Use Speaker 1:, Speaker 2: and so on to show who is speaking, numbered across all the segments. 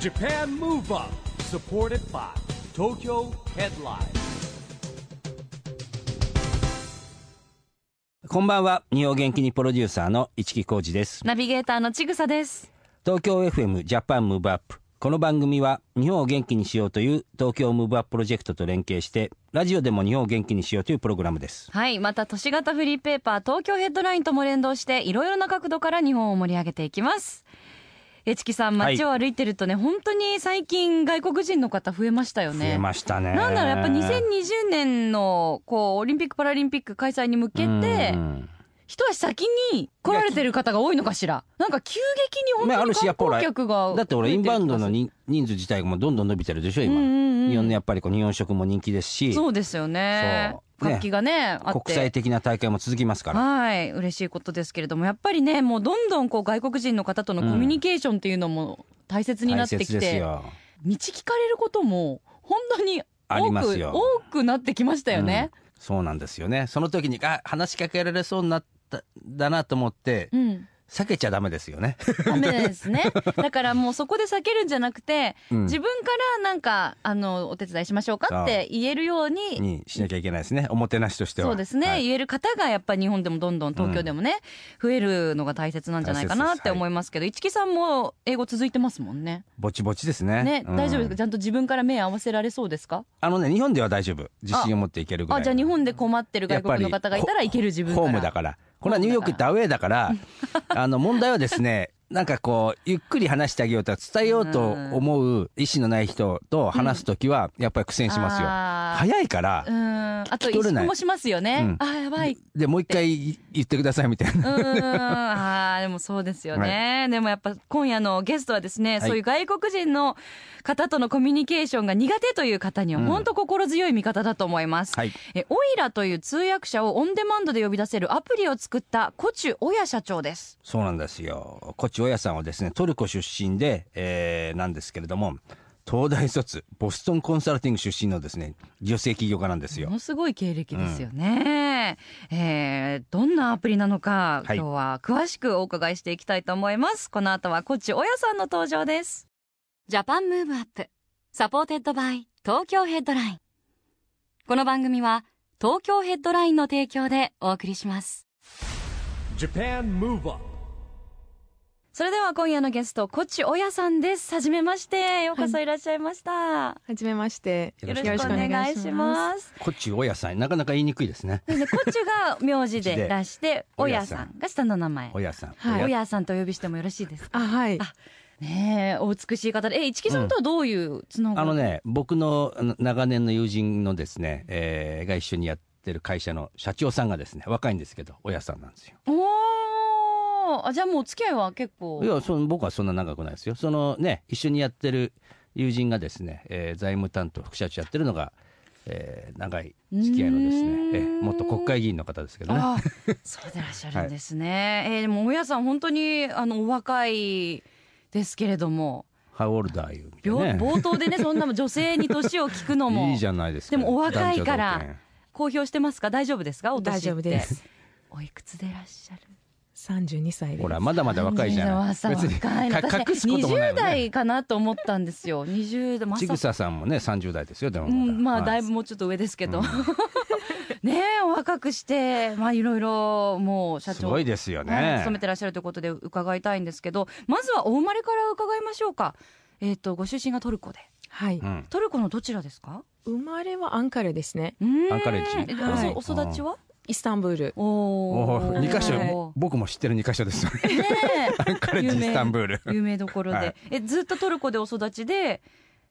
Speaker 1: JAPAN MOVE UP SUPPORTED BY TOKYO HEADLINE
Speaker 2: こんばんは日本元気にプロデューサーの市木浩司です
Speaker 3: ナビゲーターのちぐさです。
Speaker 2: 東京 FM ジャパンムーブアップこの番組は日本を元気にしようという東京ムーブアッププロジェクトと連携してラジオでも日本を元気にしようというプログラムです
Speaker 3: はい。また都市型フリーペーパー東京ヘッドラインとも連動して、いろいろな角度から日本を盛り上げていきます。えちきさん、
Speaker 2: はい
Speaker 3: 街を歩いてるとね、本当に最近外国人の方増えましたよ
Speaker 2: 増
Speaker 3: ね。
Speaker 2: えましたね
Speaker 3: なんだろう、やっぱ2020年の、こう、オリンピック・パラリンピック開催に向けて
Speaker 2: う、ん
Speaker 3: 一足先に来られてる方が多いのかしら。なんか急激に本
Speaker 2: まああ
Speaker 3: 当
Speaker 2: る
Speaker 3: に
Speaker 2: しや
Speaker 3: 観
Speaker 2: っぱほら
Speaker 3: 光客が
Speaker 2: だって俺
Speaker 3: 増
Speaker 2: イ
Speaker 3: え
Speaker 2: ン
Speaker 3: る気が
Speaker 2: バウ
Speaker 3: する
Speaker 2: ンドのに人数自体がもうどんどん伸びてるでしょ今、
Speaker 3: うんうんうん
Speaker 2: 日本のやっぱりこう日本食も人気ですし
Speaker 3: そうですよね。
Speaker 2: そうね
Speaker 3: 活気がね、あって。
Speaker 2: 国際的な大会も続きますから
Speaker 3: はい嬉しいことですけれどもやっぱりねもうどんどんこう外国人の方とのコミュニケーションっていうのも大切にな
Speaker 2: 大
Speaker 3: って
Speaker 2: 切
Speaker 3: き
Speaker 2: です
Speaker 3: て、
Speaker 2: よ
Speaker 3: 道聞かれることも本当に
Speaker 2: あり
Speaker 3: 多
Speaker 2: ます
Speaker 3: く
Speaker 2: よ
Speaker 3: 多くなってきましたよね。
Speaker 2: そうなんですよねその時にあ話しかけられそうになっただなと思って
Speaker 3: うん、
Speaker 2: 避けちゃダメですよね、
Speaker 3: ダメですね。だからもうそこで避けるんじゃなくて、
Speaker 2: うん
Speaker 3: 自分からなんかあのお手伝いしましょうかって言えるように。
Speaker 2: にしなきゃいけないですねおもてなしとしては
Speaker 3: そうですね、
Speaker 2: はい
Speaker 3: 言える方がやっぱり日本でもどんどん東京でもね、増えるのが大切なんじゃないかなっ
Speaker 2: 大切で
Speaker 3: て
Speaker 2: す
Speaker 3: 思いますけど、市木さんも英語続いてますもんね。
Speaker 2: ぼちぼちですね
Speaker 3: ね、
Speaker 2: うん
Speaker 3: 大丈夫ですかちゃんと自分から目合わせられそうですか
Speaker 2: あのね日本では大丈夫自信を持っていけるぐらい
Speaker 3: あじゃあ日本で困ってる
Speaker 2: やっ
Speaker 3: 外
Speaker 2: ぱ
Speaker 3: 国
Speaker 2: り
Speaker 3: の方がいたらいける自分から
Speaker 2: ホームだからこれはニューヨークってアウェーだから あの問題はですねなんかこうゆっくり話してあげようとか伝えようと思う意思のない人と話す時はやっぱり苦戦しますよ、
Speaker 3: あー
Speaker 2: 早いから
Speaker 3: う、ーんあと
Speaker 2: 聞き
Speaker 3: 萎
Speaker 2: 取れない
Speaker 3: 縮もしますよね、
Speaker 2: う
Speaker 3: あやばい
Speaker 2: でもう一回言ってくださいみたいな
Speaker 3: うーんあーでもそうですよね、でもやっぱ今夜のゲストはです
Speaker 2: は
Speaker 3: ね、
Speaker 2: い
Speaker 3: そういう外国人の方とのコミュニケーションが苦手という方には
Speaker 2: うん
Speaker 3: 本当心強い味方だと思います、
Speaker 2: はい
Speaker 3: えオイラという通訳者をオンデマンドで呼び出せるアプリを作ったコチュオヤ社長です
Speaker 2: そうなんですよ。コチオヤさんはですね、トルコ出身で、えーなんですけれども、東大卒、ボストンコンサルティング出身のですね、女性起業家なんですよ
Speaker 3: も。のすごい経歴ですよね、えーどんなアプリなのか、
Speaker 2: はい
Speaker 3: 今日は詳しくお伺いしていきたいと思いますこの後はコチオヤさんの登場です
Speaker 4: ジャパンムーブアップサポーテッドバイ東京ヘッドラインこの番組は東京ヘッドラインの提供でお送りします
Speaker 1: JAPAN MOVE UP
Speaker 3: それでは今夜のゲストコチオヤさんですはじめましてようこそいらっしゃいました、
Speaker 5: はじめまして。
Speaker 2: い
Speaker 3: よろし
Speaker 2: よろ
Speaker 3: く
Speaker 2: し
Speaker 3: お
Speaker 2: くお願
Speaker 3: 願
Speaker 2: い
Speaker 3: いします。
Speaker 2: コチオヤさん、なかなか言いにくいですね。
Speaker 3: でね、コチが名字で出 して、
Speaker 2: コ
Speaker 3: オ
Speaker 2: チで
Speaker 3: ヤさんが下の名前。
Speaker 2: おやさん。
Speaker 5: はい
Speaker 3: オ
Speaker 2: おや
Speaker 3: ヤさんとお呼びしてもよろしいですか。
Speaker 5: あ、はい
Speaker 3: あ。ねえ、お美しい方で、え、一木さんとはどういうつなが
Speaker 2: あ
Speaker 3: り、
Speaker 2: のね、僕のあの長年の友人のですね、えーが一緒にやってる会社の社長さんがですね、若いんですけど、おやさんなんですよ。
Speaker 3: おーあ、じゃあもうお付き合いは結構
Speaker 2: い。やその僕はそんな長くないですよそのね一緒にやってる友人がですね、えー財務担当副社長やってるのが、えー長い付き合いのですね
Speaker 3: うー、ん
Speaker 2: えー元国会議員の方ですけどね
Speaker 3: ああ、そうでいらっしゃるんですね。えーでも、大家さん、本当に、あの、お若いですけれども、
Speaker 2: 「How old are you」みた
Speaker 3: びょ
Speaker 2: いなね
Speaker 3: 冒頭でね、そんな女性に年を聞くのも、
Speaker 2: いいじゃないですか
Speaker 3: でもお若
Speaker 2: 男女
Speaker 3: い
Speaker 2: 同
Speaker 3: から
Speaker 2: 権
Speaker 3: 公表してますか大丈夫ですかお年って
Speaker 5: 大丈夫です。
Speaker 3: おいくつでいらっしゃる
Speaker 5: 三十二歳です。
Speaker 2: ほらまだまだ若いじゃない
Speaker 3: 若い若い
Speaker 2: か
Speaker 3: 私ね
Speaker 2: 隠すこともないよ
Speaker 3: 20
Speaker 2: ね
Speaker 3: 代かなと思ったんですよ。20代、ま
Speaker 2: ち
Speaker 3: さ
Speaker 2: ぐ
Speaker 3: か。
Speaker 2: ささんもね30代ですよでも
Speaker 3: うん、まあ、
Speaker 2: はい
Speaker 3: だいぶもうちょっと上ですけど。ねえ、お若くして、まあ、いろいろ、もう、社長。
Speaker 2: すごいですよ
Speaker 3: はい
Speaker 2: ね
Speaker 3: 勤めてらっしゃるということで伺いたいんですけどまずはお生まれから伺いましょうかえっ、とご出身がトルコで
Speaker 5: はい。
Speaker 2: うん
Speaker 3: トルコのどちらですか
Speaker 5: 生まれはアンカレですね。
Speaker 3: うーん
Speaker 2: アンカレッジ
Speaker 3: え
Speaker 5: はい
Speaker 3: おそお育ちは、
Speaker 5: イスタンブール。
Speaker 3: おお
Speaker 2: おー二箇
Speaker 5: はい
Speaker 2: 所僕も知ってる2箇所 です
Speaker 3: ねえ
Speaker 2: アンカレッジイスタンブール
Speaker 3: 有名どころで、
Speaker 2: はい
Speaker 3: えずっとトルコでお育ちで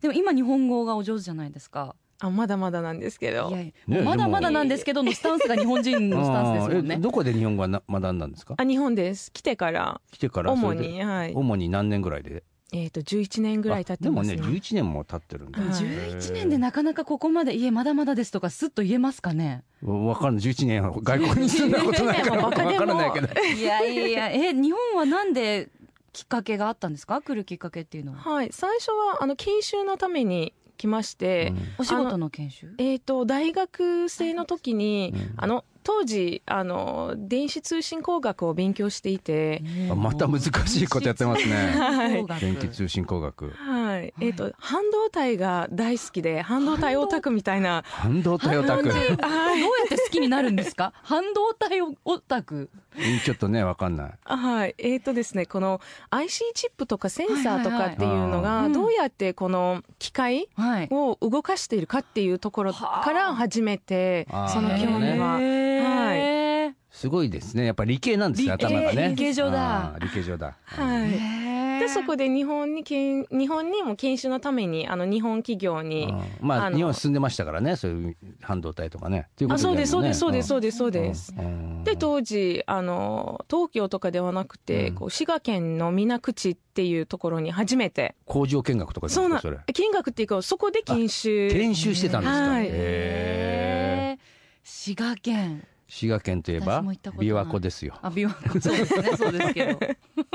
Speaker 3: でも今日本語がお上手じゃないですか
Speaker 5: あ、まだまだなんですけ
Speaker 3: い
Speaker 5: ど
Speaker 3: や。い
Speaker 2: ね
Speaker 3: や
Speaker 2: え
Speaker 3: まだまだなんですけどのスタンスが日本人のスタンスですもん
Speaker 2: う
Speaker 3: ね
Speaker 2: んえどこで日本語はな学んだんですか
Speaker 5: あ、日本です。来てから。
Speaker 2: 来てからそ
Speaker 5: 主
Speaker 2: れで
Speaker 5: に、はい。
Speaker 2: 主に何年ぐらいで
Speaker 5: えっと、十一年ぐらい経ってます
Speaker 2: あ
Speaker 5: ね。
Speaker 2: でもね11年も経ってるんだ
Speaker 5: うんはい
Speaker 3: 11年でなかなかここまで「いえまだまだです」とかすっと言えますかね
Speaker 2: 分かんない11年は外国に住んだことないから分
Speaker 5: いやいやいや
Speaker 2: からないけど
Speaker 3: いやいや、 え、日本はなんできっかけがあったんですか来るきっかけっていうのは。
Speaker 5: はい。最初は、あの、研修のために来まして、
Speaker 3: お仕事の研修
Speaker 5: えっと、大学生の時に
Speaker 2: うん、
Speaker 5: あの、当時、あの、電子通信工学を勉強していて、
Speaker 2: うんあまた難しいことやってますね
Speaker 5: はい
Speaker 3: 工学
Speaker 2: 電気通信工学
Speaker 5: はい。はい、えっ、と半導体が大好きで半導体オタクみたいな
Speaker 2: 半導体オタク。
Speaker 3: 半導体
Speaker 5: は
Speaker 3: どうやって好きになるんですか半導体オタク。
Speaker 2: うんちょっとね、わかんない。
Speaker 5: はい、えっ、とですね、この IC チップとかセンサーとかっていうの
Speaker 3: はいはいは
Speaker 5: が、
Speaker 3: い
Speaker 5: どうやってこの機械
Speaker 3: はい。
Speaker 5: を動かしているかっていうところから始めて
Speaker 2: はあ、
Speaker 5: その
Speaker 2: なる
Speaker 5: 興
Speaker 2: ほどね
Speaker 5: 味は。はい。
Speaker 3: い。
Speaker 2: すごいですね。やっぱ理系なんですね、
Speaker 3: 理系
Speaker 2: 頭がね。
Speaker 3: 理系上だ
Speaker 2: あー理系上だ。
Speaker 5: は
Speaker 2: うん
Speaker 5: い。で、そこで日本にけん、日本にも研修のために、あの、日本企業に。
Speaker 2: あーまあ、
Speaker 5: あの
Speaker 2: 日本住んでましたからね、そういう半導体とかね。
Speaker 5: あ、そうです、そうです、そうです、そううです、そうです。
Speaker 2: ん
Speaker 5: で、当時、あの、東京とかではなくて、
Speaker 2: うん
Speaker 5: こう、滋賀県の水口っていうところに初めて、
Speaker 2: 工場見学とかです
Speaker 5: そう
Speaker 2: か
Speaker 5: な
Speaker 2: それ。、
Speaker 5: 見学っていうか、そこで研修。
Speaker 2: 研修してたんですか。
Speaker 5: はい
Speaker 2: へー
Speaker 3: へー滋賀県。
Speaker 2: 滋賀県といえ
Speaker 3: 私
Speaker 2: ば
Speaker 3: も行ったことない
Speaker 2: 琵琶湖ですよ。
Speaker 3: あ、琵琶湖。そうですね、そうですけど。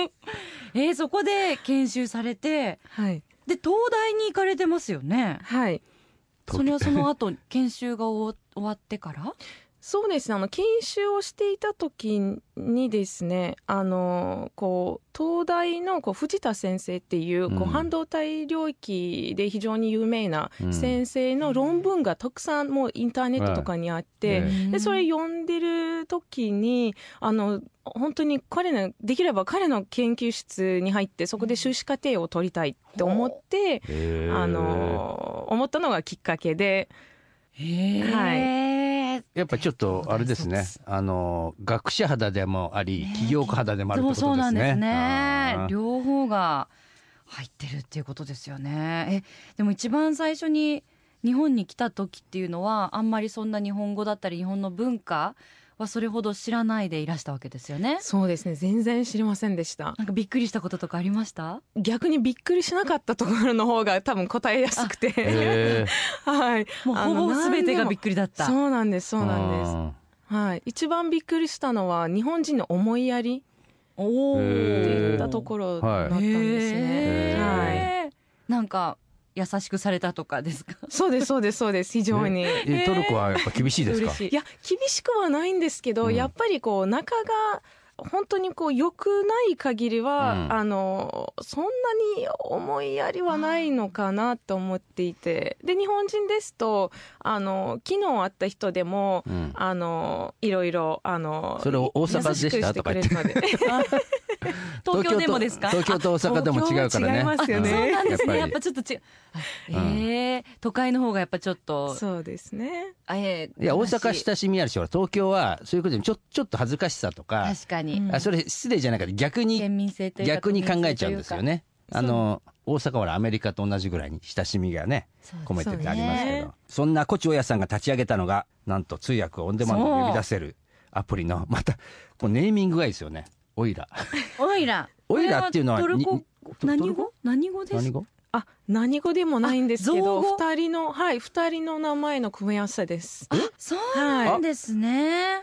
Speaker 3: えー、そこで研修されて、
Speaker 5: はい。
Speaker 3: で、東大に行かれてますよね。
Speaker 5: はい。
Speaker 2: 東
Speaker 3: それはその後、研修が終わ終わってから
Speaker 5: そうですね、あの研修をしていた時にですね、あのこう東大のこう藤田先生っていう、こ
Speaker 2: うん
Speaker 5: う半導体領域で非常に有名な
Speaker 2: うん
Speaker 5: 先生の論文がたくさんもうインターネットとかにあって、
Speaker 2: え
Speaker 5: でそれ読んでる時にあの本当に彼のできれば彼の研究室に入ってそこで修士課程を取りたいって思って、
Speaker 2: へー
Speaker 5: あの思ったのがきっかけで。
Speaker 3: へー
Speaker 2: やっぱちょっとあれですね
Speaker 3: そ。
Speaker 2: あの学者肌でもあり
Speaker 3: ね、
Speaker 2: 企業家肌でもあるって
Speaker 3: そ
Speaker 2: こと
Speaker 3: うそう
Speaker 2: で
Speaker 3: な
Speaker 2: す
Speaker 3: ん
Speaker 2: ね。
Speaker 3: ですね
Speaker 2: あ。ー
Speaker 3: 両方が入ってるっていうことですよね。え、でも一番最初に日本に来た時っていうのは、あんまりそんな日本語だったり日本の文化はそれほど知らないでいらしたわけですよね。
Speaker 5: そうですね全然知りませんでした
Speaker 3: なんかびっくりしたこととかありました？
Speaker 5: 逆にびっくりしなかったところの方が多分答えやすくて、
Speaker 2: へー
Speaker 5: はい、
Speaker 3: もうほぼ
Speaker 5: あの
Speaker 3: 全てがびっくりだっ
Speaker 5: そ
Speaker 3: た。
Speaker 5: うなんですそうなんです、
Speaker 2: あ
Speaker 5: はい、一番びっくりしたのは日本人の思いやり
Speaker 3: おお。
Speaker 5: っ
Speaker 2: へ
Speaker 5: て
Speaker 2: ー
Speaker 5: いったところだったんです
Speaker 2: へ
Speaker 5: ね、
Speaker 2: ー
Speaker 5: はい、
Speaker 3: はい。なんか優しくされたとかです か？
Speaker 5: そうですそうですそうです非常に。
Speaker 2: ーえトルコはやっぱ厳しいですか
Speaker 3: 嬉。しい
Speaker 5: いや厳しくはないんですけど、
Speaker 2: うん
Speaker 5: やっぱりこう仲が本当にこう良くない限りは、
Speaker 2: うん
Speaker 5: あのそんなに思いやりはないのかなと思っていてで日本人ですとあの昨日会った人でも
Speaker 2: うん
Speaker 5: あのいろいろあの
Speaker 2: それ大阪でした
Speaker 5: 優くてくれるので
Speaker 3: 東京でも
Speaker 2: と
Speaker 3: ですか？
Speaker 2: 東京と大阪でも違うからね。
Speaker 5: 東京は違いますよね
Speaker 3: そうなんですね。やっ
Speaker 2: り
Speaker 3: ぱちょっと違う。
Speaker 2: う
Speaker 3: あ
Speaker 2: ん
Speaker 3: ええ都会の方がやっぱちょっと。
Speaker 5: そうですね
Speaker 3: ええ
Speaker 2: いや、大
Speaker 3: 悲
Speaker 2: 阪
Speaker 3: しい
Speaker 2: 親しみあるし、ほら東京はそういうことにちょ、ちょっと恥ずかしさとか、
Speaker 3: 確かに。
Speaker 5: うん
Speaker 2: あそれ失礼じゃないから逆に、
Speaker 3: 県民性というか。
Speaker 2: 逆に考えちゃうんですよね。あの、大阪はほらアメリカと同じぐらいに親しみがね、
Speaker 3: そうです。
Speaker 2: 込めてってありますけ
Speaker 5: そう
Speaker 2: ど
Speaker 5: ね。
Speaker 2: そんなコチオヤさんが立ち上げたのが、なんと通訳をオンデマンドで呼び出せるアプリの、 また、こうネーミングがいいですよね。オイラ。
Speaker 3: オイラ。
Speaker 2: オイラっていうのは
Speaker 3: これトル
Speaker 2: に
Speaker 3: コ
Speaker 2: ト
Speaker 3: 何
Speaker 2: トル
Speaker 3: 語何語です
Speaker 2: 何
Speaker 3: か
Speaker 2: 語
Speaker 5: あ何語でもないんですけど
Speaker 3: あ造語
Speaker 5: 二人のはい二人の名前の組み合わせです
Speaker 3: あ、そうなんですね。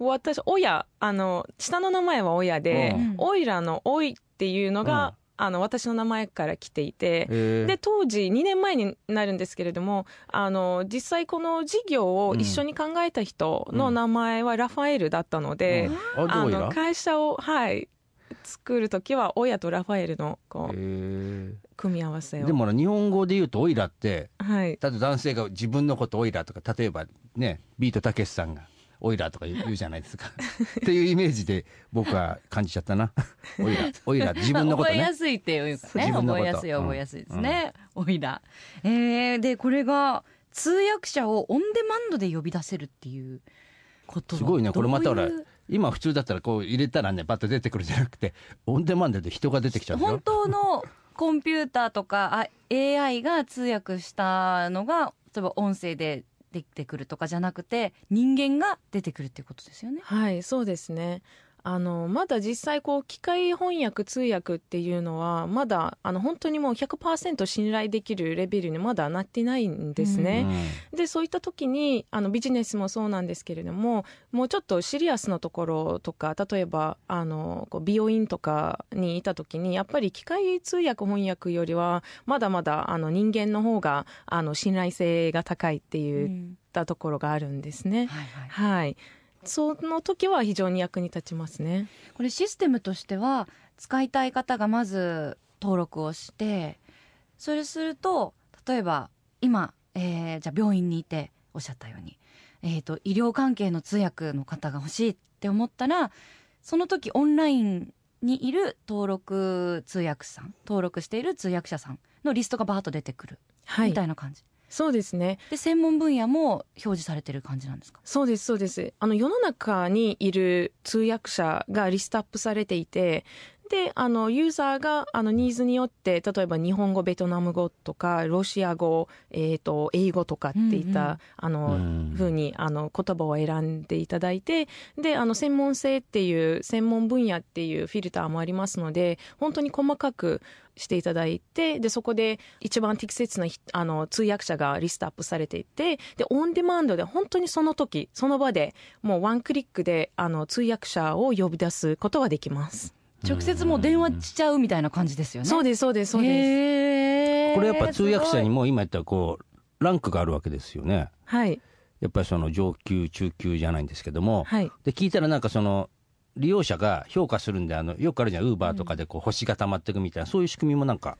Speaker 5: 私親あの下の名前は親で、
Speaker 2: うん
Speaker 5: オイラの「オイ」っていうのが、あの私の名前から来ていて、
Speaker 2: え
Speaker 5: で当時2年前になるんですけれどもあの実際この事業を一緒に考えた人の名前はラファエルだったので、
Speaker 2: うんあ、で
Speaker 5: あ
Speaker 2: オイ
Speaker 5: の
Speaker 2: ラ
Speaker 5: 会社をはい作る時は親とラファエルのこ
Speaker 2: へ
Speaker 5: う
Speaker 2: ー
Speaker 5: 組み合わせを
Speaker 2: でもほら日本語で言うとオイラって、
Speaker 5: はい、
Speaker 2: だって男性が自分のことオイラとか例えばねビートたけしさんがオイラとか言うじゃないです かっていうイメージで僕は感じちゃったなオイラオ イラ自分のこと
Speaker 3: 覚え
Speaker 2: ね
Speaker 3: やすいっていうかね。
Speaker 2: 自分のこと
Speaker 3: 覚えやすい覚えやすいですね。オイラ。ええで、これが通訳者をオンデマンドで呼び出せるっていうことは
Speaker 2: すごいねこれまたほ
Speaker 3: ど
Speaker 2: ら
Speaker 3: ういう
Speaker 2: 今普通だったらこう入れたらねバッと出てくるじゃなくてオンデマンドで人が出てきちゃうでし
Speaker 3: 本
Speaker 2: ょ
Speaker 3: 当のコンピューターとかあ AI が通訳したのが例えば音声で出てくるとかじゃなくて人間が出てくるっていうことですよね。
Speaker 5: はい、そうですね。あのまだ実際こう機械翻訳通訳っていうのはまだあの本当にもう100%信頼できるレベルにまだなってないんです
Speaker 2: う
Speaker 5: ね。
Speaker 2: ん
Speaker 5: でそういった時にあのビジネスもそうなんですけれどももうちょっとシリアスなところとか例えばあのこう美容院とかにいた時にやっぱり機械通訳翻訳よりはまだまだあの人間の方があの信頼性が高いって
Speaker 3: う
Speaker 5: いっ
Speaker 3: ん
Speaker 5: たところがあるんですね。
Speaker 3: はいはい、
Speaker 5: はい。その時は非常に役に立ちますね。
Speaker 3: これシステムとしては使いたい方がまず登録をしてそれすると例えば今、えーじゃあ病院にいておっしゃったように、えー、と医療関係の通訳の方が欲しいって思ったらその時オンラインにいる登録通訳さん登録している通訳者さんのリストがバーッと出てくる
Speaker 5: は
Speaker 3: み
Speaker 5: い
Speaker 3: たいな感じ、
Speaker 5: そうですね
Speaker 3: で専門分野も表示されてる感じなんですか
Speaker 5: そうですそうですあの世の中にいる通訳者がリストアップされていてであのユーザーがあのニーズによって例えば日本語ベトナム語とかロシア語、えー、と英語とかっていった、
Speaker 3: うんうん
Speaker 5: あの、
Speaker 2: うん
Speaker 5: ふうにあの言葉を選んでいただいてであの専門性っていう専門分野っていうフィルターもありますので本当に細かくしていただいてでそこで一番適切なひあの通訳者がリストアップされていてでオンデマンドで本当にその時その場でもうワンクリックであの通訳者を呼び出すことができます。
Speaker 3: 直接もう電話しちゃうみたいな感じですよね
Speaker 5: そう
Speaker 3: う
Speaker 5: ですそうですそうです。
Speaker 3: へー
Speaker 2: これやっぱ通訳者に
Speaker 3: す
Speaker 2: も今言ったこうランクがあるわけですよね
Speaker 5: はい
Speaker 2: やっぱりその上級中級じゃないんですけども、
Speaker 5: はい
Speaker 2: で聞いたらなんかその利用者が評価するんであのよくあるじゃんウーバーとかでこう星が溜まっていくみたいな、そういう仕組みもなんか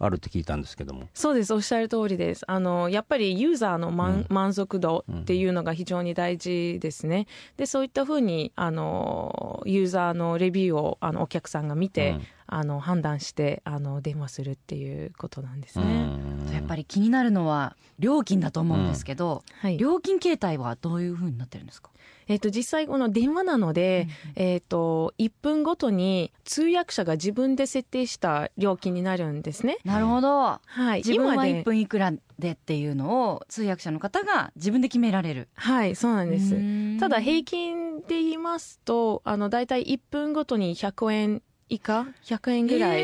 Speaker 2: あるって聞いたんですけども
Speaker 5: そうですおっしゃる通りですあのやっぱりユーザーの満,、
Speaker 2: う
Speaker 5: 満足度っていうのが非常に大事ですねでそういったふうにあのユーザーのレビューをあのお客さんが見て、
Speaker 2: うん
Speaker 5: あの判断してあの電話するっていうことなんです
Speaker 2: う
Speaker 5: ね、
Speaker 2: ん
Speaker 3: やっぱり気になるのは料金だと思うんですけど、
Speaker 5: はい
Speaker 3: 料金形態はどういうふうになってるんですか、
Speaker 5: えっと実際この電話なので、えっと1分ごとに通訳者が自分で設定した料金になるんですね
Speaker 3: なるほど
Speaker 5: はい
Speaker 3: 自分
Speaker 5: 今
Speaker 3: は
Speaker 5: で
Speaker 3: 1分いくらでっていうのを通訳者の方が自分で決められる
Speaker 5: はいそうなんですただ平
Speaker 3: 均
Speaker 5: 均で言いますとあの大体1分ごとに100円以下100円ぐらい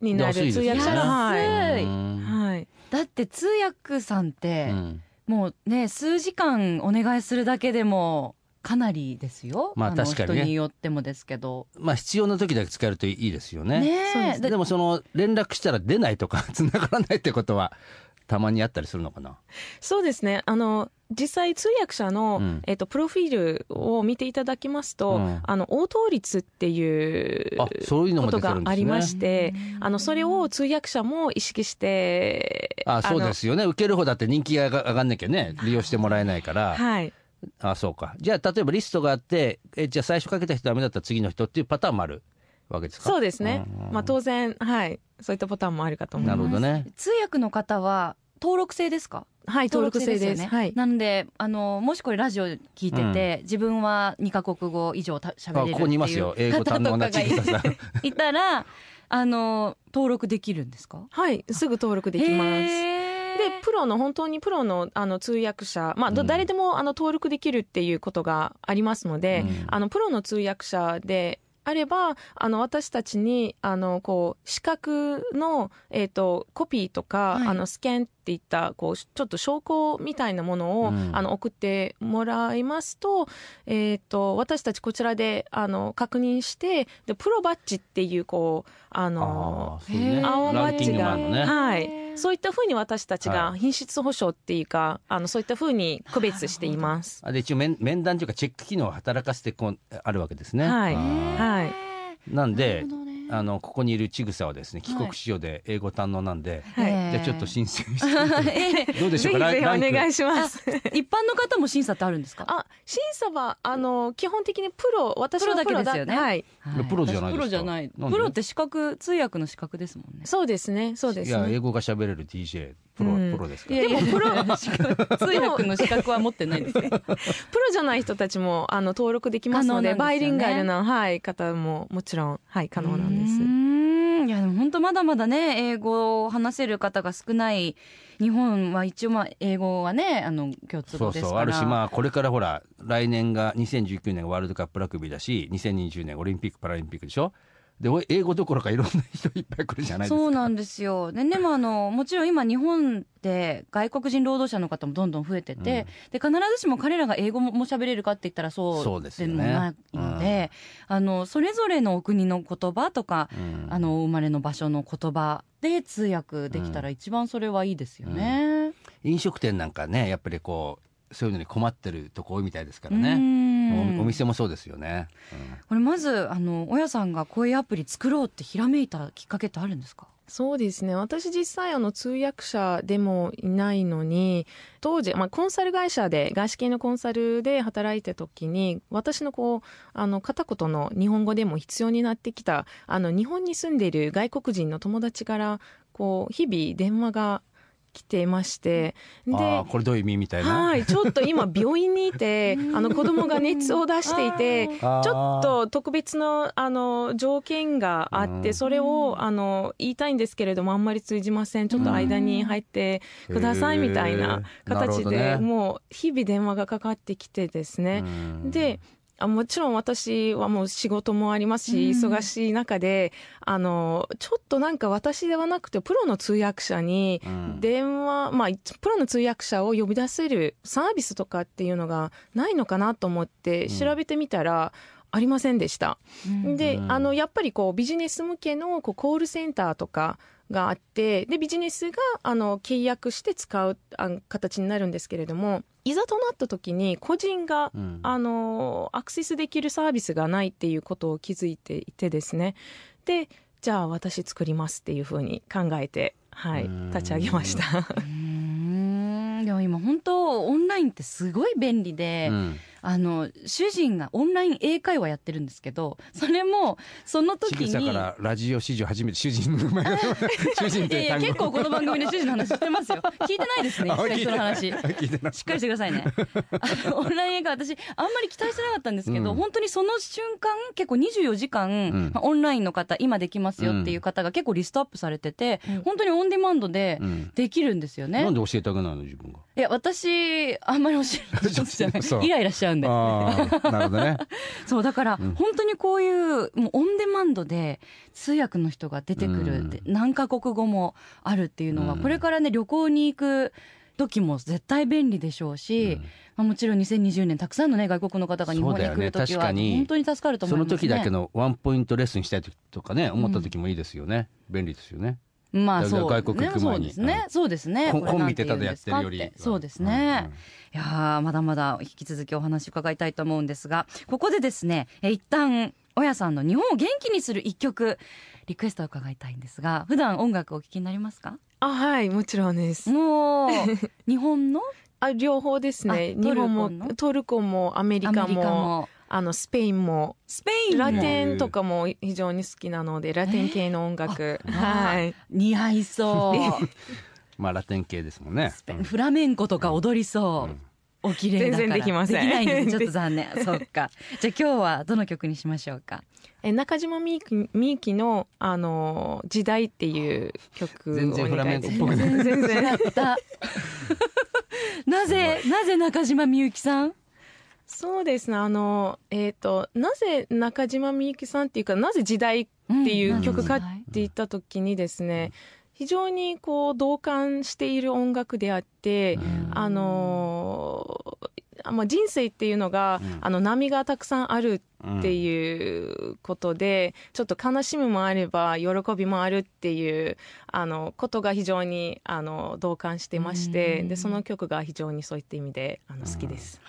Speaker 5: にな
Speaker 2: 安い
Speaker 5: る
Speaker 2: です
Speaker 5: 通
Speaker 2: ね
Speaker 5: 訳者がはい、
Speaker 3: 安い
Speaker 2: うん
Speaker 5: はい、
Speaker 3: だって通訳さんって
Speaker 2: う、ん
Speaker 3: もうね数時間お願いするだけでもかなりですよ、
Speaker 2: まあ
Speaker 3: の
Speaker 2: 確かにね
Speaker 3: 人によってもですけど
Speaker 2: まあ必要な時だけ使えるといいですよね
Speaker 3: ね
Speaker 5: そう
Speaker 3: え
Speaker 5: です
Speaker 2: で
Speaker 3: だ
Speaker 2: もその連絡したら出ないとか繋がらないってことはたまにあったりするのかな
Speaker 5: そうですねあの実際通訳者の、
Speaker 2: うん
Speaker 5: えっとプロフィールを見ていただきますと、
Speaker 2: うん
Speaker 5: あの応答率っていう
Speaker 2: あそういうの
Speaker 5: こ
Speaker 2: も
Speaker 5: と
Speaker 2: 出てる
Speaker 5: が
Speaker 2: ん
Speaker 5: ありま
Speaker 2: で
Speaker 5: し
Speaker 2: すね
Speaker 5: て
Speaker 3: うん
Speaker 5: あのそれを通訳者も意識して
Speaker 2: あそうで
Speaker 5: の
Speaker 2: すよね受ける方だって人気が上が上がんなきゃね利用してもらえないから、
Speaker 5: はい
Speaker 2: あそうかじゃあ例えばリストがあってえじゃあ最初かけた人ダメだったら次の人っていうパターンもあるわけですか
Speaker 5: そうですね
Speaker 2: うんうんうん
Speaker 5: まあ当然はいそういったパターンもあるかと思い
Speaker 2: な
Speaker 5: ま
Speaker 2: るほ
Speaker 5: す
Speaker 2: どね
Speaker 3: 通訳の方は登録制ですか
Speaker 5: はい登録制です
Speaker 3: よね
Speaker 5: はい
Speaker 3: なのであのもしこれラジオ聞いてて、自分は2カ国語以上た喋れ
Speaker 2: あ
Speaker 3: るっていう
Speaker 2: ここにいますよ英語
Speaker 3: 方
Speaker 2: 堪能
Speaker 3: と
Speaker 2: な
Speaker 3: かが
Speaker 2: ち
Speaker 3: い
Speaker 2: ぐささ ん
Speaker 3: いたらあの登録できるんですか
Speaker 5: はいすぐ登録できます
Speaker 3: へー
Speaker 5: でプロの本当にプロのあの通訳者、まあど
Speaker 2: うん
Speaker 5: 誰でもあの登録できるっていうことがありますの
Speaker 2: う
Speaker 5: で、
Speaker 2: ん
Speaker 5: あのプロの通訳者であればあの私たちにあのこう資格の、えー、とコピーとか、
Speaker 3: はい
Speaker 5: あのスキャンっていったこうちょっと証拠みたいなものを、
Speaker 2: うん
Speaker 5: あの送ってもらいますと,、えー、と私たちこちらであの確認してでプロバッジっていうこうあの
Speaker 2: あーそうね
Speaker 3: へー
Speaker 5: 青
Speaker 2: ラン
Speaker 5: バッ
Speaker 2: キン
Speaker 5: ジ
Speaker 2: グもあ
Speaker 5: が、
Speaker 2: るのね
Speaker 5: はい
Speaker 3: へー、
Speaker 5: そういったふうに私たち
Speaker 2: は
Speaker 5: が品質保証っていうか、あのそういったふうに区別しています。
Speaker 2: あで一応面面談というかチェック機能を働かせてこうあるわけですね
Speaker 5: はい
Speaker 2: あー
Speaker 5: はい、
Speaker 2: なんで
Speaker 3: なるほどね
Speaker 2: あのここにいるちぐさはですね帰国子女で英語堪能なんで、
Speaker 5: はい、
Speaker 2: じゃあちょっと申請して み
Speaker 3: え
Speaker 2: てどうでし
Speaker 5: ぜ
Speaker 2: ょう
Speaker 5: ひ
Speaker 2: か
Speaker 5: ぜひお
Speaker 2: ラン
Speaker 5: 願
Speaker 2: ク
Speaker 5: いします。
Speaker 3: え一般の方も審査ってあるんですか
Speaker 5: あ、審査はあの基本的にプロ、私はプ
Speaker 3: プ
Speaker 5: ロ
Speaker 3: ロだ
Speaker 5: だ
Speaker 3: けですよね
Speaker 5: はい、
Speaker 3: はい
Speaker 2: プロじゃないですか
Speaker 3: 私プロじゃない
Speaker 2: なんで
Speaker 3: プロって資格通訳の資格ですもんね
Speaker 5: そうですね、そうで
Speaker 2: い
Speaker 5: す
Speaker 2: や英
Speaker 5: ね。
Speaker 2: 語が喋れる DJ プロ,、
Speaker 5: うん
Speaker 2: プロですか
Speaker 3: い
Speaker 2: ら
Speaker 3: やいやプロ資格通訳の資格は持ってないですよ
Speaker 5: プロじゃない人たちもあの登録できますので、
Speaker 3: 可能な
Speaker 5: バ
Speaker 3: んで
Speaker 5: イ
Speaker 3: すよね
Speaker 5: リンガルなはい方ももちろんはい可能なんです
Speaker 3: う。ーんいやでも本当まだまだね英語を話せる方が少ない日本は一応まあ英語はねあの共通
Speaker 2: そ
Speaker 3: 語
Speaker 2: う
Speaker 3: ですから
Speaker 2: そうあるしまあこれからほら来年が2019年がワールドカップラグビーだし2020年オリンピック・パラリンピックでしょでお英語どころかいろんな人いっぱい来るじゃないですか
Speaker 3: そうなんですよででもあのもちろん今日本で外国人労働者の方もどんどん増えてて、で必ずしも彼らが英語もも喋れるかって言ったら
Speaker 2: そ
Speaker 3: そうう
Speaker 2: ですよ
Speaker 3: で
Speaker 2: ね
Speaker 3: もないのであのそれぞれのお国の言葉とか、
Speaker 2: うん
Speaker 3: あのお生まれの場所の言葉で通訳できたら一番それはいいですよね。
Speaker 2: 飲食店なんかねやっぱりこうそういうのに困ってるとこ多いみたいですから
Speaker 3: う
Speaker 2: ね
Speaker 3: ん
Speaker 2: おお店もそうですよね、うん
Speaker 3: これまずあの親さんが声アプリ作ろうってひらめいたきっかけってあるんですか
Speaker 5: そうですね私実際あの通訳者でもいないのに当時、まあ、コンサル会社で外資系のコンサルで働いた時に私のこうあの片言の日本語でも必要になってきたあの日本に住んでいる外国人の友達からこう日々電話が来てましてで
Speaker 2: ああこれどういう意味みたいな、
Speaker 5: はい、ちょっと今病院にい てあの子供が熱を出していて ち
Speaker 2: あー
Speaker 5: ょっと特別のあの条件があっ
Speaker 2: う
Speaker 5: て
Speaker 2: ん
Speaker 5: それをあの言いたいんですけれどもあんまり通じませんちょっと間に入ってくださいみたいな
Speaker 2: へ
Speaker 5: 形
Speaker 2: ーな
Speaker 5: で
Speaker 2: るほどね
Speaker 5: もう日々電話がかかってきてですね
Speaker 2: うん
Speaker 5: であもちろん私はもう仕事もありますし、
Speaker 3: うん
Speaker 5: 忙しい中であのちょっとなんか私ではなくてプロの通訳者に
Speaker 2: うん
Speaker 5: 電話、まあ、プロの通訳者を呼び出せるサービスとかっていうのがないのかなと思って
Speaker 2: うん
Speaker 5: 調べてみたら、ありませんでした。で、
Speaker 2: うん
Speaker 5: あのやっぱりこうビジネス向けのこうコールセンターとかがあってでビジネスがあの契約して使うあの形になるんですけれどもいざとなった時に個人が
Speaker 2: うん
Speaker 5: あのアクセスできるサービスがないっていうことを気づいていてですねでじゃあ私作りますっていうふうに考えて、はい、
Speaker 2: うん
Speaker 5: 立ち上げました。
Speaker 3: うーんでも今本当オンラインってすごい便利で、
Speaker 2: うん
Speaker 3: あの主人がオンライン英会話やってるんですけどそれもその時
Speaker 2: ちぐ
Speaker 3: に
Speaker 2: さからラジオ史上初めて主人の名前が主人っ
Speaker 3: いやい
Speaker 2: て
Speaker 3: や
Speaker 2: 単語
Speaker 3: 結構この番組で主人の話知ってますよ聞いてないですね
Speaker 2: あ聞いて
Speaker 3: 人の話
Speaker 2: 聞いてない
Speaker 3: しっかりしてくだ さいねあのオンライン映画私あんまり期待してなかったんですけど、
Speaker 2: うん
Speaker 3: 本当にその瞬間結構24時間、
Speaker 2: ん
Speaker 3: まあオンラインの方今できますよっていう方が結構リストアップされてて、本当にオンデマンドで
Speaker 2: うん
Speaker 3: できるんですよね、
Speaker 2: なんで教えたくないの自分が
Speaker 3: いや私あんまり教える人じゃ な
Speaker 2: そう
Speaker 3: いイライラしちゃうんで
Speaker 2: ああなるほ どね
Speaker 3: そうだから、
Speaker 2: うん
Speaker 3: 本当にこういうもうオンデマンドで通訳の人が出てくるって、何カ国語もあるっていうのは、
Speaker 2: うん
Speaker 3: これからね旅行に行く時も絶対便利でしょうし、
Speaker 2: うん
Speaker 3: まあ、もちろん2020年たくさんのね外国の方が日本に来る時
Speaker 2: そうだ
Speaker 3: は
Speaker 2: よね確かに
Speaker 3: 本当に助かると思
Speaker 2: そ
Speaker 3: いま
Speaker 2: の
Speaker 3: すね。
Speaker 2: 時だけのワンポイントレッスンしたい時とかね思った時もいいですよね、便利ですよね
Speaker 3: まあ
Speaker 2: だか
Speaker 3: そ
Speaker 2: ら
Speaker 3: う
Speaker 2: 外国行く前に
Speaker 3: ねそうですね、そうですね
Speaker 2: コン
Speaker 3: これ
Speaker 2: コン
Speaker 3: な
Speaker 2: ビ
Speaker 3: ん
Speaker 2: で
Speaker 3: 言
Speaker 2: た
Speaker 3: うん
Speaker 2: だや
Speaker 3: で
Speaker 2: っ
Speaker 3: す
Speaker 2: て
Speaker 3: か
Speaker 2: るより
Speaker 3: ってそうですね、いやーまだまだ引き続きお話伺いたいと思うんですがここでですねえ一旦親さんの日本を元気にする一曲リクエストを伺いたいんですが普段音楽をお聴きになりますか
Speaker 5: あはいもちろんです
Speaker 3: もう日本の
Speaker 5: あ両方ですね
Speaker 3: あ
Speaker 5: 日本
Speaker 3: トルコ
Speaker 5: も
Speaker 3: の
Speaker 5: トルコもアメリ
Speaker 3: アメ
Speaker 5: カ
Speaker 3: リカ
Speaker 5: も
Speaker 3: も
Speaker 5: あのスペインも
Speaker 3: スペインも
Speaker 5: ラテンとかも非常に好きなのでラテン系の音楽、はい
Speaker 3: 似合いそう
Speaker 2: まあラテン系ですもんね
Speaker 3: スペイン フラメンコとか踊りそう、お綺麗だから
Speaker 5: 全然できません
Speaker 3: できないんですねちょっと残 念そっかじゃあ今日はどの曲にしましょうか
Speaker 5: え中島みゆきみゆきのあの「時代」っていう曲を
Speaker 2: 全然フラメンコっぽくない
Speaker 5: い全然
Speaker 3: やった なぜなぜ中島みゆきさん
Speaker 5: そうですねあのえっ、となぜ中島みゆきさんっていうかなぜ「時代」っていう曲かって言った時にですね、非常にこう同感している音楽であって、
Speaker 2: うん
Speaker 5: あのーまあ、人生っていうのが、
Speaker 2: うん
Speaker 5: あの波がたくさんあるって
Speaker 2: う
Speaker 5: いうことで、ちょっと悲しみもあれば喜びもあるっていうあのことが非常にあの同感してまして、
Speaker 3: うん
Speaker 5: でその曲が非常にそういった意味であの好きです。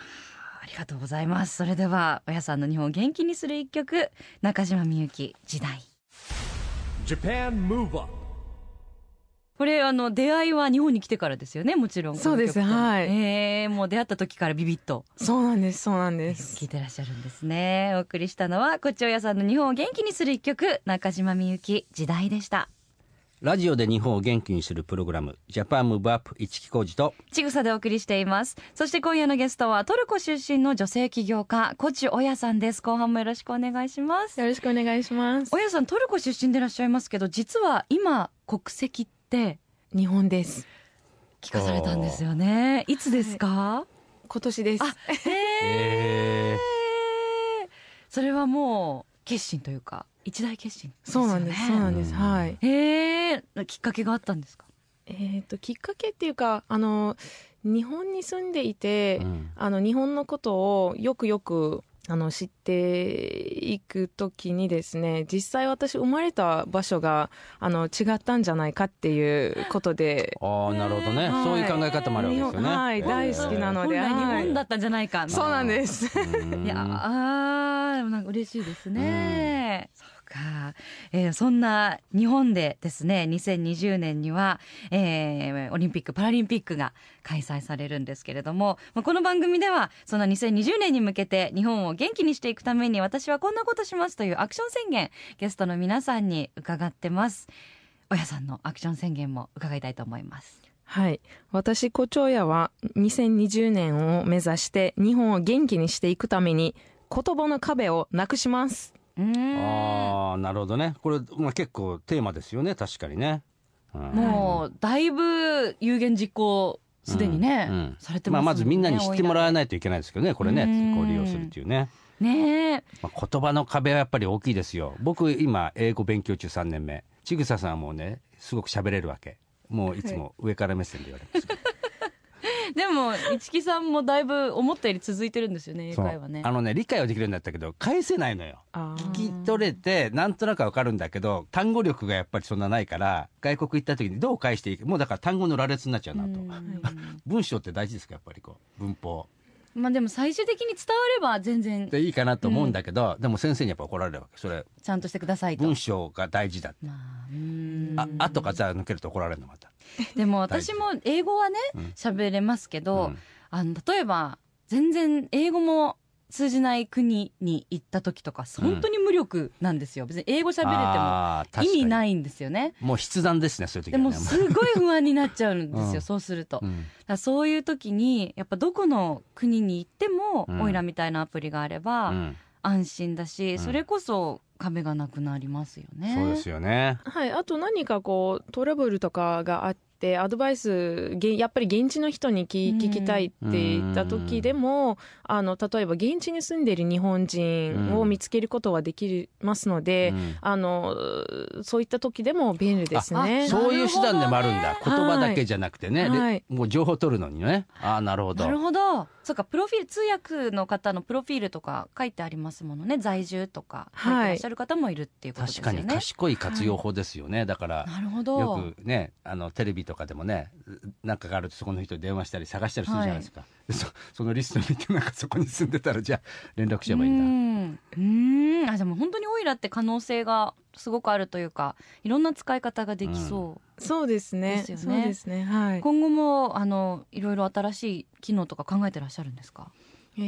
Speaker 3: ありがとうございますそれでは親さんの日本を元気にする一曲中島みゆき時代
Speaker 1: Japan Move Up
Speaker 3: これあの出会いは日本に来てからですよねもちろん
Speaker 5: そうです
Speaker 3: この曲と
Speaker 5: はい
Speaker 3: えーもう出会った時からビビッと
Speaker 5: そうなんですそうなんです
Speaker 3: 聞いてらっしゃるんですねお送りしたのはこっち親さんの日本を元気にする一曲中島みゆき時代でした
Speaker 2: ラジオで日本を元気にするプログラムジャパンムーブアップ一木工事と
Speaker 3: ちぐさでお送りしていますそして今夜のゲストはトルコ出身の女性起業家コチオヤさんです後半もよろしくお願いします
Speaker 5: よろしくお願いします
Speaker 3: オ。ヤさんトルコ出身でいらっしゃいますけど実は今国籍って
Speaker 5: 日本です。
Speaker 3: 聞かされたんですよねいつですか、
Speaker 5: 今年です。
Speaker 3: あへ
Speaker 2: え
Speaker 3: えそれはもう決心というか一大決心です
Speaker 5: そう
Speaker 3: よ、ね、
Speaker 5: なんです、そうなんです。
Speaker 2: うん
Speaker 5: はい。
Speaker 3: へえきっかけがあったんですか
Speaker 5: えっ、ときっかけっていうかあの日本に住んでいて、
Speaker 2: うん
Speaker 5: あの日本のことをよくよくあの知っていくときにですね実際私生まれた場所があの違ったんじゃないかっていうことで
Speaker 2: ああ、なるほどね、
Speaker 5: はい
Speaker 2: そういう考え方もあるわけですよね。
Speaker 5: はい大好きなの
Speaker 3: 本
Speaker 5: で
Speaker 3: 来日
Speaker 5: はい
Speaker 3: 本だったんじゃないかみたいな
Speaker 5: そうなん です
Speaker 2: うん
Speaker 3: いやあーでもなんか嬉しいですね。そうか、えーそんな日本でですね2020年には、えーオリンピック・パラリンピックが開催されるんですけれども、まあ、この番組ではそんな2020年に向けて日本を元気にしていくために私はこんなことしますというアクション宣言ゲストの皆さんに伺ってます。親さんのアクション宣言も伺いたいと思います。
Speaker 5: はい。私、胡蝶屋は2020年を目指して日本を元気にしていくために言葉の壁をなくします。
Speaker 3: うーん
Speaker 2: ああ、なるほどね。これ、まあ、結構テーマですよね、確かにね。うん
Speaker 3: もうだいぶ有言実行すでにね、
Speaker 2: うんうん
Speaker 3: されて
Speaker 2: ま
Speaker 3: ま
Speaker 2: あ、
Speaker 3: す
Speaker 2: まずみんなに知ってもら
Speaker 3: う
Speaker 2: わないといけないですけどね、これね
Speaker 3: うん、
Speaker 2: こう利用するっていうね。
Speaker 3: ねえ
Speaker 2: まあ、言葉の壁はやっぱり大きいですよ。僕、今、英語勉強中3年目。ちぐささんはもうね、すごく喋れるわけ。もういつも上から目線で言われますけど。
Speaker 3: でも一木さんもだいぶ思ったより続いてるんですよね英会話ね
Speaker 2: そうあのね、理解はできるようになったけど、返せないのよ。
Speaker 5: あ
Speaker 3: ー
Speaker 2: 聞き取れて、なんとなくはわかるんだけど、単語力がやっぱりそんなないから、外国行った時にどう返していく、もうだから単語の羅列になっちゃうなと。
Speaker 3: うん
Speaker 2: 文章って大事ですか、やっぱりこう、文法。
Speaker 3: まあでも最終的に伝われば全然
Speaker 2: でいいかなと思うんだけど、でも先生にやっぱ怒られるわけ。それ、
Speaker 3: ちゃんとしてくださいと、
Speaker 2: 文章が大事だって。
Speaker 3: まあうーん
Speaker 2: あ、あとかじゃあ抜けると怒られるの、また。
Speaker 3: でも私も英語はね
Speaker 2: うん
Speaker 3: 喋れますけ
Speaker 2: う
Speaker 3: ど、
Speaker 2: ん
Speaker 3: あの例えば全然英語も通じない国に行った時とか本当に無力なんですよ別に英語喋れ
Speaker 2: あー。
Speaker 3: ても意味ないいんですよね
Speaker 2: もう筆談ですね、そういう時
Speaker 3: で
Speaker 2: はね。
Speaker 3: もすごい不安になっちゃうんです よ、
Speaker 2: うん
Speaker 3: そうすると、
Speaker 2: う
Speaker 3: だ
Speaker 2: ん
Speaker 3: からそういう時にやっぱどこの国に行っても、
Speaker 2: うん
Speaker 3: オイラみたいなアプリがあれば、
Speaker 2: うん
Speaker 3: 安心だし、
Speaker 2: ん
Speaker 3: それこそ壁がなくなりますよね
Speaker 2: そうですよね。
Speaker 5: はい。あと何かこうトラブルとかがあって、アドバイス、げやっぱり現地の人に聞
Speaker 3: うん
Speaker 5: 聞きたいって言った時でも、あの、例えば現地に住んでいる日本人を見つけることはできますので
Speaker 2: う、ん
Speaker 5: あの、そういった時でも便利ですね。
Speaker 2: そういう手段でもあるんだ。
Speaker 5: ほ
Speaker 2: 言
Speaker 5: どね
Speaker 2: 葉だけじゃなくてね、で
Speaker 5: はい
Speaker 2: もう情報取るのにね。ああ、なるほど。
Speaker 3: なるほどそうかプロフィール通訳の方のプロフィールとか書いてありますものね在住とか書いてらっしゃる方もいるっていうことです
Speaker 2: 確
Speaker 3: よ
Speaker 2: か
Speaker 3: ね、
Speaker 2: に賢い活用法ですよね。だから、
Speaker 3: なるほど
Speaker 2: よくね、あの、テレビとかでもね、なんかがあるとそこの人に電話したり探したりするじゃないですか。でそそのリスト見て、なんかそこに住んでたら、じゃあ連絡しちゃえばいい
Speaker 3: うん
Speaker 2: だ。
Speaker 3: んうーんあでも本当にオイラって可能性がすごくあるというかいろんな使い方ができそ
Speaker 5: そうですね。
Speaker 3: ですよね
Speaker 5: そうですね。
Speaker 3: う、
Speaker 5: はい。
Speaker 3: 今後もあのいろいろ新しい機能とか考えてらっしゃるんですか、も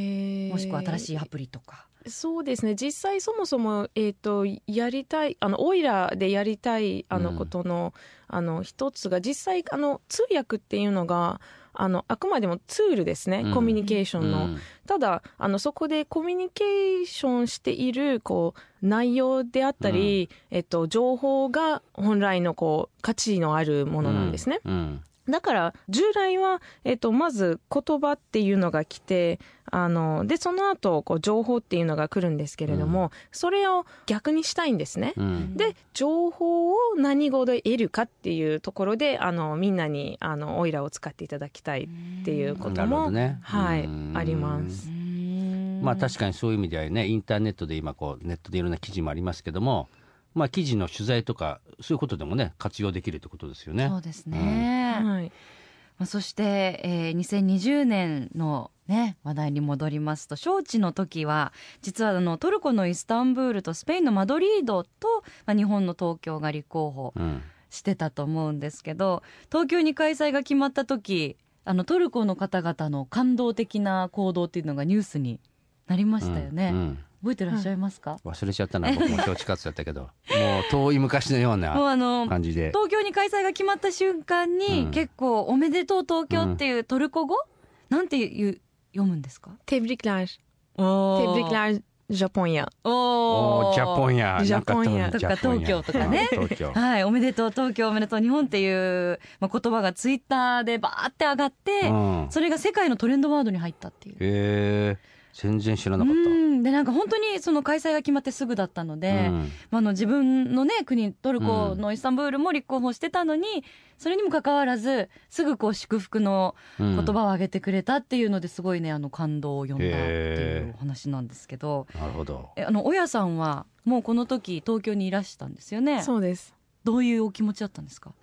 Speaker 5: も
Speaker 3: しくは新しいアプリとか
Speaker 5: そうですね実際そもそも、えー、とやりたいあのオイラでやりたいあ
Speaker 2: う
Speaker 5: の
Speaker 2: ん
Speaker 5: ことの,、あの一つが実際あの通訳っていうのがあのあくまでもツールですね、
Speaker 2: うん
Speaker 5: コミュニケーションの、
Speaker 2: うん
Speaker 5: ただあのそこでコミュニケーションしているこう内容であったり、えっと情報が本来のこう価値のあるものなんですね、
Speaker 2: うん
Speaker 5: だから従来は、えっとまず言葉っていうのが来てあのでその後こう情報っていうのが来るんですけれども、それを逆にしたいんですね。
Speaker 2: うん
Speaker 5: で情報を何語で得るかっていうところであのみんなにあのオイラを使っていただきたいっていうこ
Speaker 2: な
Speaker 5: と
Speaker 2: るほ
Speaker 5: も、
Speaker 2: どね
Speaker 5: はい
Speaker 2: うん
Speaker 5: あります。
Speaker 2: まあ
Speaker 3: か
Speaker 2: 確かにそういう意味ではね、インターネットで今こう、ネットでいろんな記事もありますけども、まあ記事の取材とか、そういうことでもね、活用できるってことですよね
Speaker 3: そ。うですね、
Speaker 5: はい
Speaker 3: まあ、そして、えー2020年の、ね、話題に戻りますと招致の時は実はあのトルコのイスタンブールとスペインのマドリードと、まあ、日本の東京が立候補
Speaker 2: うん。
Speaker 3: してたと思うんですけど東京に開催が決まった時あのトルコの方々の感動的な行動っていうのがニュースになりましたよね、
Speaker 2: うんうん
Speaker 3: 覚えてらっしゃいますか、
Speaker 2: 忘れちゃったな、僕も招致活動やった けど。もう遠い昔のよう
Speaker 3: もう
Speaker 2: な
Speaker 3: あの
Speaker 2: 感じで。
Speaker 3: 東京に開催が決まった瞬間に、
Speaker 2: うん
Speaker 3: 結構「おめでとう東京」っていうトルコ語、なんていう読むんですか
Speaker 5: テブリクラージ
Speaker 3: お
Speaker 5: テブリクラージジャポンや
Speaker 2: お
Speaker 3: お
Speaker 2: ージャポンや。
Speaker 5: ジャポン
Speaker 2: な
Speaker 5: や
Speaker 2: ん多分ジャポンや
Speaker 3: とか東京とかね
Speaker 2: うん東京。
Speaker 3: はい、おめでとう東京おめでとう日本っていう、まあ、言葉がツイッターでバーって上がって、
Speaker 2: うん
Speaker 3: それが世界のトレンドワードに入ったっていう
Speaker 2: へえ。全然知らな
Speaker 3: う
Speaker 2: かった。
Speaker 3: んでなんか本当にその開催が決まってすぐだったので、
Speaker 2: うん
Speaker 3: まあ、あの自分のね国トルコのイスタンブールも立候補してたのに、それにもかかわらずすぐこう祝福の
Speaker 2: うん
Speaker 3: 言葉を上げてくれたっていうのですごいねあの感動を呼んだってい
Speaker 2: へ
Speaker 3: う
Speaker 2: ー
Speaker 3: お話なんですけど、
Speaker 2: なるほど。
Speaker 3: えあの親さんはもうこの時東京にいらしたんですよね
Speaker 5: そうです
Speaker 3: どういうお気持ちだったんですか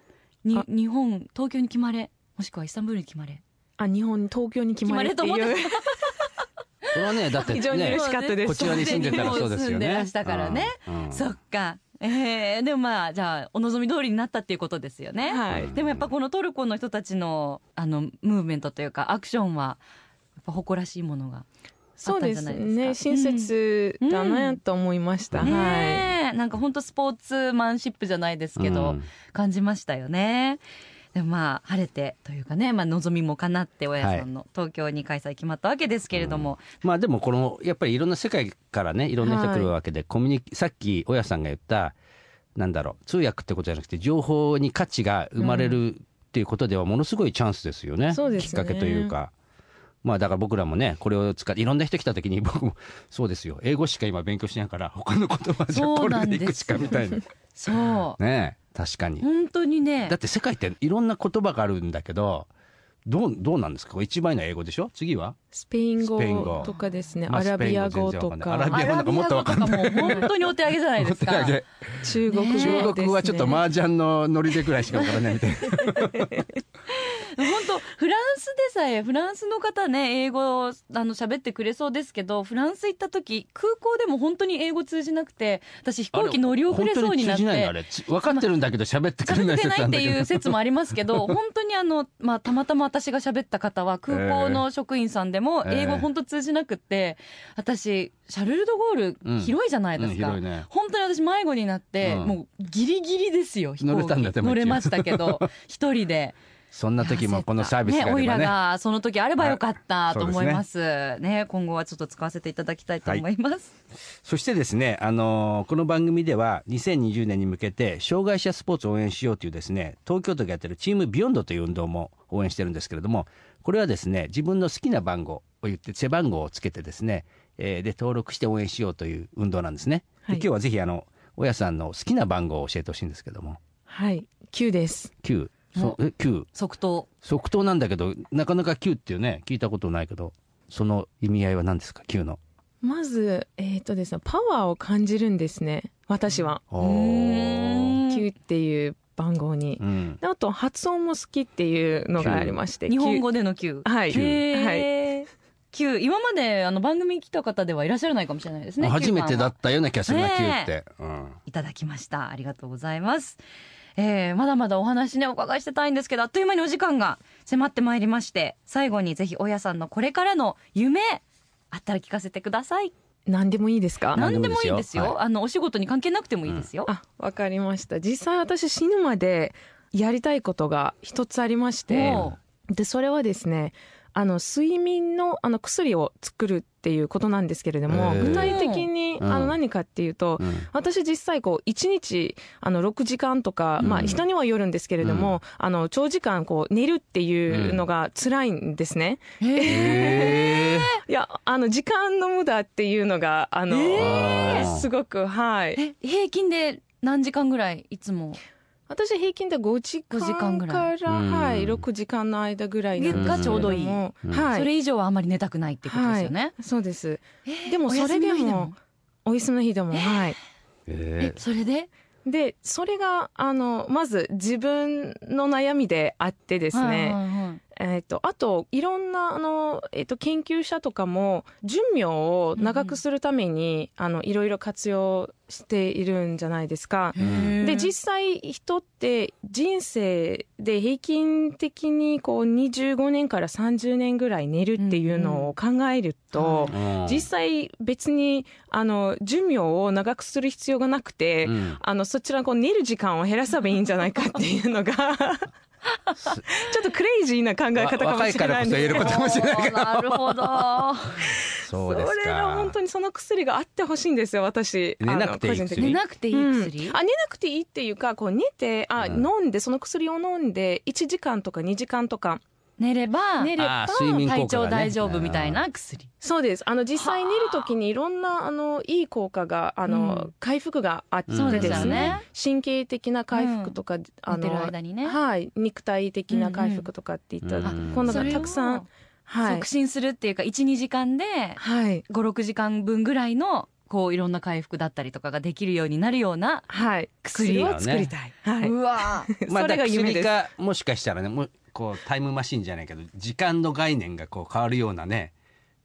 Speaker 3: に
Speaker 5: あ
Speaker 3: 日本東京に決まれもしくはイスタンブールに決まれ
Speaker 5: あ日本東京に決まれって
Speaker 3: 決まれと
Speaker 5: いう
Speaker 2: これはね、だって
Speaker 5: 非常に
Speaker 2: ね
Speaker 5: 嬉、しかったです
Speaker 2: こちらに住んでたらそうですよね。
Speaker 3: もう住んでらしたからね、
Speaker 2: うん。うん
Speaker 3: そっかえー、でもまあじゃあお望み通りになったっていうことですよね、
Speaker 5: はい
Speaker 3: でもやっぱこのトルコの人たちのあのムーブメントというかアクションはやっぱ誇らしいものが
Speaker 5: そうです
Speaker 3: あったんじゃない
Speaker 5: ね
Speaker 3: ですか
Speaker 5: 親切だ
Speaker 3: う
Speaker 5: なんと思いました、はい
Speaker 3: ねえなんか本当スポーツマンシップじゃないですけど、
Speaker 2: うん
Speaker 3: 感じましたよね。でもまあ晴れてというかね、まあ、望みも叶って親さんの東京に開催決まったわけですけれども、
Speaker 2: まあでもこのやっぱりいろんな世界からねいろんな人が来るわけで、コミュニさっき親さんが言ったなんだろう通訳ってことじゃなくて情報に価値が生まれるっていうことではものすごいチャンスですよね,、
Speaker 5: そうですね
Speaker 2: きっかけというか。まあだから僕らもねこれを使っていろんな人来た時に僕もそうですよ英語しか今勉強しないから他の言葉じゃ
Speaker 3: そ
Speaker 2: こ
Speaker 3: うな
Speaker 2: れ
Speaker 3: ん
Speaker 2: で
Speaker 3: です
Speaker 2: いくしかみたいな
Speaker 3: そう
Speaker 2: ねえ確かに
Speaker 3: 本当にね
Speaker 2: だって世界っていろんな言葉があるんだけどどうどうなんですかこれ一番の英語でしょ次は
Speaker 5: スペイン語
Speaker 2: スペイン語
Speaker 5: とかですね、
Speaker 2: まあ
Speaker 5: アラビア語
Speaker 2: スペイン
Speaker 5: と
Speaker 2: 語
Speaker 5: か
Speaker 2: 全然わかんないアラビア語なんかもっとわかん
Speaker 3: ア
Speaker 2: ない
Speaker 3: ラビア語とかもう本当にお手上げじゃないですか。
Speaker 2: お手上げ
Speaker 5: 中国語です、ね、
Speaker 2: 中国はちょっと麻雀のノリでぐらいしかわからないみた いな。
Speaker 3: 本当フランスでさえフランスの方ね英語をあの喋ってくれそうですけどフランス行った時空港でも本当に英語通じなくて私飛行機乗り遅れそうにな
Speaker 2: 本当通
Speaker 3: っ
Speaker 2: じないのあ
Speaker 3: て。
Speaker 2: れつ分かってるんだけど喋ってくれ
Speaker 3: 喋
Speaker 2: ない
Speaker 3: って
Speaker 2: 説
Speaker 3: ない
Speaker 2: な
Speaker 3: っ
Speaker 2: んだ
Speaker 3: て
Speaker 2: けど
Speaker 3: いう説もあります けど本当にあの、まあ、たまたま私が喋った方は空港の職員さんでも
Speaker 2: ええ
Speaker 3: 英語本当通じなくって私シャルル・ド・ゴー
Speaker 2: うん
Speaker 3: ル広いじゃないで
Speaker 2: うん
Speaker 3: すか、
Speaker 2: 広いね。
Speaker 3: 本当に私迷子になって、
Speaker 2: うん
Speaker 3: もうギリギリですよ飛行機
Speaker 2: 乗れたんだでも一応
Speaker 3: 乗れましたけど一人で
Speaker 2: そんな時もこのサービスがあれば
Speaker 3: ね、オイ
Speaker 2: ね。
Speaker 3: ラがその時あればよかった
Speaker 2: はい
Speaker 3: と思います。ね今後はちょっと使わせていただきたいと思います。
Speaker 2: そしてですね、あのーこの番組では2020年に向けて障害者スポーツを応援しようというですね、東京都がやってるチームビヨンドという運動も応援してるんですけれども、これはですね、自分の好きな番号を言って背番号をつけてですね、えーで登録して応援しようという運動なんですね。で
Speaker 5: はい
Speaker 2: 今日はぜひあの親さんの好きな番号を教えてほしいんですけども、
Speaker 5: はい9です
Speaker 2: 9、そえ9、
Speaker 3: 即答。
Speaker 2: 即答なんだけどなかなか9っていうね聞いたことないけどその意味合いは何ですか9の
Speaker 5: まずえっ、とですねパワーを感じるんですね私は
Speaker 2: お
Speaker 3: うーん
Speaker 5: 9っていう番号に、
Speaker 2: うん
Speaker 5: であと発音も好きっていうのがありまして
Speaker 3: 日本
Speaker 5: 九
Speaker 3: 語での九。
Speaker 5: はいはい
Speaker 3: へー九、今まであの番組に来た方ではいらっしゃらないかもしれないですね。
Speaker 2: 初めてだ
Speaker 3: っ
Speaker 2: ったような気がするな
Speaker 3: ねえ
Speaker 2: 9って、うん
Speaker 3: いただきました。ありがとうございます。えー、まだまだお話ね、お伺いしてたいんですけど、あっという間にお時間が迫ってまいりまして、最後にぜひ、親さんのこれからの夢、あったら聞かせてください。
Speaker 5: 何でもいいですか
Speaker 2: な
Speaker 3: 何でもいいんですよ。
Speaker 2: 何でもいいですよは
Speaker 3: あの、お仕事に関係なくてもいいですよ。
Speaker 5: あわかりました実際私死ぬまでやりたいことが一つありまして
Speaker 3: おう
Speaker 5: でそれはですねあの睡眠のあの薬を作るっていうことなんですけれども
Speaker 2: へー
Speaker 5: 具体的に
Speaker 2: うん
Speaker 5: あの何かっていうと、
Speaker 2: うん
Speaker 5: 私実際こう1日あの6時間とか、まあ
Speaker 2: うん
Speaker 5: 人にはよるんですけれども、あの長時間こう寝るっていうのが辛いんですね、
Speaker 2: へー
Speaker 5: いやあの時間の無駄っていうのがあの、
Speaker 2: えー
Speaker 5: すごくはい
Speaker 3: え平均で何時間ぐらいいつも
Speaker 5: 私平均で5時間
Speaker 3: 5時間ぐら
Speaker 5: から
Speaker 3: い
Speaker 5: はい、
Speaker 2: うん
Speaker 5: 6時間の間ぐらいなんですけれども
Speaker 2: がちょうど
Speaker 3: いい
Speaker 5: は
Speaker 2: うん
Speaker 5: い、
Speaker 3: それ以上はあまり寝たくないってことですよね。
Speaker 5: はい、そうです
Speaker 3: えー
Speaker 5: でもそれ
Speaker 3: お
Speaker 5: でも
Speaker 3: 休みの日
Speaker 5: お休みの日でも、はい
Speaker 2: え
Speaker 3: えそれで
Speaker 5: でそれがあのまず自分の悩みであってで
Speaker 3: です
Speaker 5: ね、えー、とあといろんなあの、えー、と研究者とかも寿命を長くするために、あのいろいろ活用しているんじゃないですか。
Speaker 2: うん
Speaker 5: で実際人って人生で平均的にこう25年から30年ぐらい寝るっていうのを考えると、
Speaker 2: うん
Speaker 5: 実際別にあの寿命を長くする必要がなくて、
Speaker 2: うん
Speaker 5: あのそちらこう寝る時間を減らせばいいんじゃないかっていうのがちょっとクレイジーな考え
Speaker 2: わ
Speaker 5: 方かも
Speaker 2: 若い
Speaker 5: し
Speaker 2: か
Speaker 5: れな
Speaker 2: ら
Speaker 5: い
Speaker 2: こ
Speaker 5: ん
Speaker 2: そ
Speaker 5: で
Speaker 2: 言え
Speaker 5: す
Speaker 2: ることかもしれ
Speaker 5: けど
Speaker 2: ないけど
Speaker 3: なるほど。
Speaker 2: そう
Speaker 5: そ
Speaker 2: ですか
Speaker 5: れが本当にその薬があってほしいんですよ私
Speaker 2: 寝なくていい
Speaker 5: あの個人
Speaker 2: 薬
Speaker 5: 的 に
Speaker 3: 寝なくていい薬、
Speaker 5: うんあ寝なくていいっていうかこう寝てあ、
Speaker 2: うん
Speaker 5: 飲んでその薬を飲んで1時間とか2時間とか
Speaker 3: 寝れば
Speaker 5: 寝れば
Speaker 2: あー睡眠効果がね
Speaker 3: 体調大丈夫みたいな薬
Speaker 5: そうですあの実際寝るときにいろんなあのいい効果があの、
Speaker 3: うん
Speaker 5: 回復があって
Speaker 2: ん
Speaker 5: で
Speaker 3: そうですよ
Speaker 5: すね
Speaker 3: ね
Speaker 5: 神経的な回復とか、あ
Speaker 3: 寝てる
Speaker 5: の
Speaker 3: 間にね
Speaker 5: はい、肉体的な回復とかっていった、
Speaker 2: うんうん
Speaker 5: こんな
Speaker 3: そ
Speaker 5: の
Speaker 3: れ
Speaker 5: が
Speaker 3: を
Speaker 5: たくさん、はい
Speaker 3: 促、進するっていうか12時間で
Speaker 5: はい、
Speaker 3: 56時間分ぐらいのこういろんな回復だったりとかができるようになるような、
Speaker 5: はい、
Speaker 3: 薬
Speaker 5: 薬
Speaker 3: を
Speaker 5: を作りたい、はいう
Speaker 3: わー
Speaker 2: まあ、
Speaker 5: そ
Speaker 2: だか
Speaker 5: れが
Speaker 2: ら
Speaker 5: 夢
Speaker 2: 薬
Speaker 5: です。
Speaker 2: かもしかしたらねもうこうタイムマシンじゃないけど時間の概念がこう変わるようなね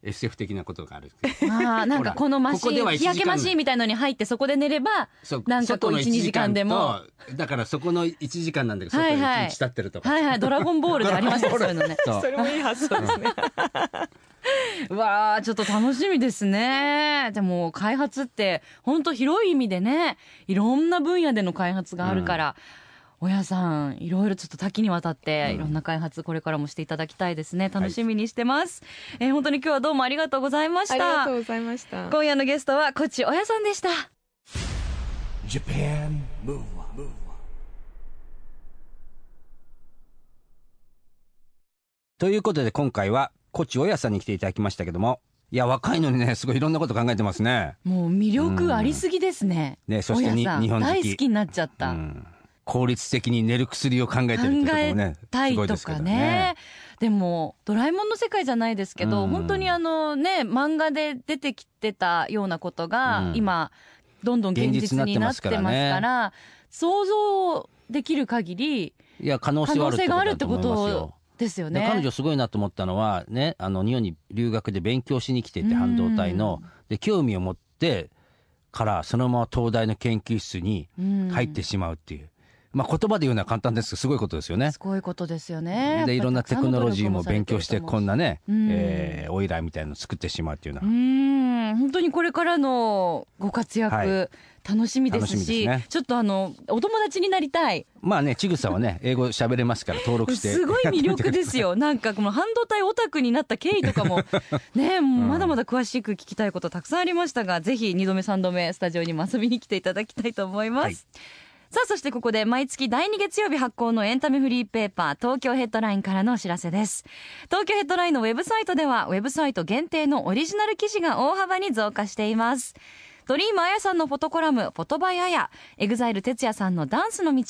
Speaker 2: SF 的なことがある
Speaker 3: あーなんかこのマシ
Speaker 2: ほらここで
Speaker 3: ン
Speaker 2: は1
Speaker 3: 日焼けマシ
Speaker 2: 時
Speaker 3: ン
Speaker 2: 間
Speaker 3: みたいのに入ってそこで寝れば
Speaker 2: そう
Speaker 3: なんかこ
Speaker 2: 外
Speaker 3: う
Speaker 2: の
Speaker 3: 1 2時間でも
Speaker 2: とだからそこの1時間なんだけど
Speaker 3: は
Speaker 2: 外
Speaker 3: い
Speaker 2: の
Speaker 3: はい
Speaker 2: 1日経ってるとか、
Speaker 3: はいはいドラゴンボールでありましたね
Speaker 2: ド
Speaker 3: そうい
Speaker 2: ラ
Speaker 3: う
Speaker 2: ゴンボー
Speaker 3: のね
Speaker 2: ルそう
Speaker 5: それもいい発想ですね。
Speaker 3: うわーちょっと楽しみですねでも開発って本当広い意味でねいろんな分野での開発があるから、親さんいろいろちょっと多岐にわたって
Speaker 2: うん
Speaker 3: いろんな開発これからもしていただきたいですね楽しみにしてます、えー本当に今日はどうもありがとうございま
Speaker 5: あ
Speaker 3: し
Speaker 5: りがとう
Speaker 3: た
Speaker 5: ございま した。
Speaker 3: 今夜のゲストはコチ親さんでした
Speaker 1: Japan Move Up, Move Up.
Speaker 2: ということで今回はコチオヤさんに来ていただきましたけどもいや若いのにねすごいいろんなこと考えてますね。
Speaker 3: もう魅力ありすぎですね、
Speaker 2: ねそしてに
Speaker 3: 親さん
Speaker 2: 日本好き
Speaker 3: 大好きになっちゃった、
Speaker 2: うん効率的に寝る薬を考えてるっていうと
Speaker 3: 考
Speaker 2: ころも
Speaker 3: え
Speaker 2: ね
Speaker 3: た
Speaker 2: す
Speaker 3: い
Speaker 2: ごい
Speaker 3: と
Speaker 2: ですけ
Speaker 3: か
Speaker 2: ど
Speaker 3: ね
Speaker 2: ね。
Speaker 3: でも「ドラえもん」の世界じゃないですけど、
Speaker 2: うん
Speaker 3: 本当にあのね漫画で出てきてたようなことが、
Speaker 2: うん
Speaker 3: 今どんどん現
Speaker 2: 現実に
Speaker 3: 実
Speaker 2: なっ
Speaker 3: に
Speaker 2: て
Speaker 3: な
Speaker 2: ま
Speaker 3: っ
Speaker 2: す
Speaker 3: て
Speaker 2: か
Speaker 3: ますから
Speaker 2: らね
Speaker 3: 想像できる限り
Speaker 2: いや可能
Speaker 3: 可
Speaker 2: 性は
Speaker 3: 能性があ
Speaker 2: あ
Speaker 3: る
Speaker 2: る
Speaker 3: っ
Speaker 2: ってて
Speaker 3: こ
Speaker 2: ことだと思います
Speaker 3: と
Speaker 2: よ。
Speaker 3: ですよ
Speaker 2: で
Speaker 3: ね。
Speaker 2: 彼女すごいなと思ったのはねあの日本に留学で勉強しに来てて半導体ので興味を持ってからそのまま東大の研究室に
Speaker 3: うん
Speaker 2: 入ってしまうっていう、まあ言葉で言うのは簡単ですけどすごいことですよね
Speaker 3: す。ごいことですよね。
Speaker 2: でいろんなテクノロジーも勉強してこん
Speaker 3: な。
Speaker 2: なね、
Speaker 3: うん
Speaker 2: えーオイラーみたいなの作ってしまうっていうの
Speaker 3: う
Speaker 2: は、
Speaker 3: ん本当にこれからのご活躍、
Speaker 2: はい
Speaker 3: 楽しみですし
Speaker 2: 楽しみですね
Speaker 3: ちょっとあのお友達になりたい
Speaker 2: まあねちぐさは ね英語喋れますから登録して
Speaker 3: すごい魅力ですすよ、なんかこの半導体オタクになった経緯とか も、ね、もうまだまだ詳しく聞きたいことたくさんありましたが、ぜひ2度目、3度目、スタジオにも遊びに来ていただきたいと思います。
Speaker 2: はい
Speaker 3: さあ、そしてここで毎月第2月曜日発行のエンタメフリーペーパー、東京ヘッドラインからのお知らせです。東京ヘッドラインのウェブサイトでは、ウェブサイト限定のオリジナル記事が大幅に増加しています。ドリームあやさんのフォトコラム、フォトバイあや、エグザイル哲也さんのダンスの道、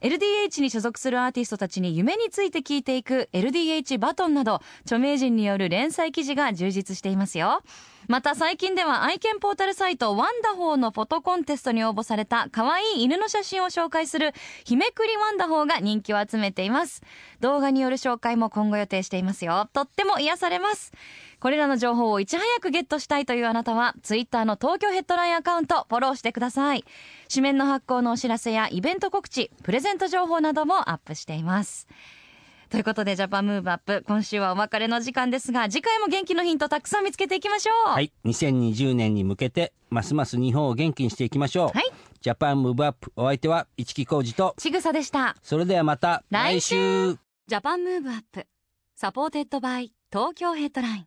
Speaker 3: LDH に所属するアーティストたちに夢について聞いていく LDH バトンなど、著名人による連載記事が充実していますよ。また最近では愛犬ポータルサイトワンダホーのフォトコンテストに応募された可愛い犬の写真を紹介する日めくりワンダホーが人気を集めています。動画による紹介も今後予定していますよ。とっても癒されます。これらの情報をいち早くゲットしたいというあなたは、ツイッターの東京ヘッドラインアカウント、フォローしてください。紙面の発行のお知らせやイベント告知、プレゼント情報などもアップしています。ということで、ジャパンムーブアップ、今週はお別れの時間ですが、次回も元気のヒントたくさん見つけていきましょう。
Speaker 2: はい2020年に向けてますます日本を元気にしていきましょう、
Speaker 3: はい
Speaker 2: ジャパンムーブアップお相手は市木浩二と
Speaker 3: ちぐさでした。
Speaker 2: それではまた
Speaker 3: 来週
Speaker 2: 来週
Speaker 4: ジャパンムーブアップサポーテッドバイ東京ヘッドライン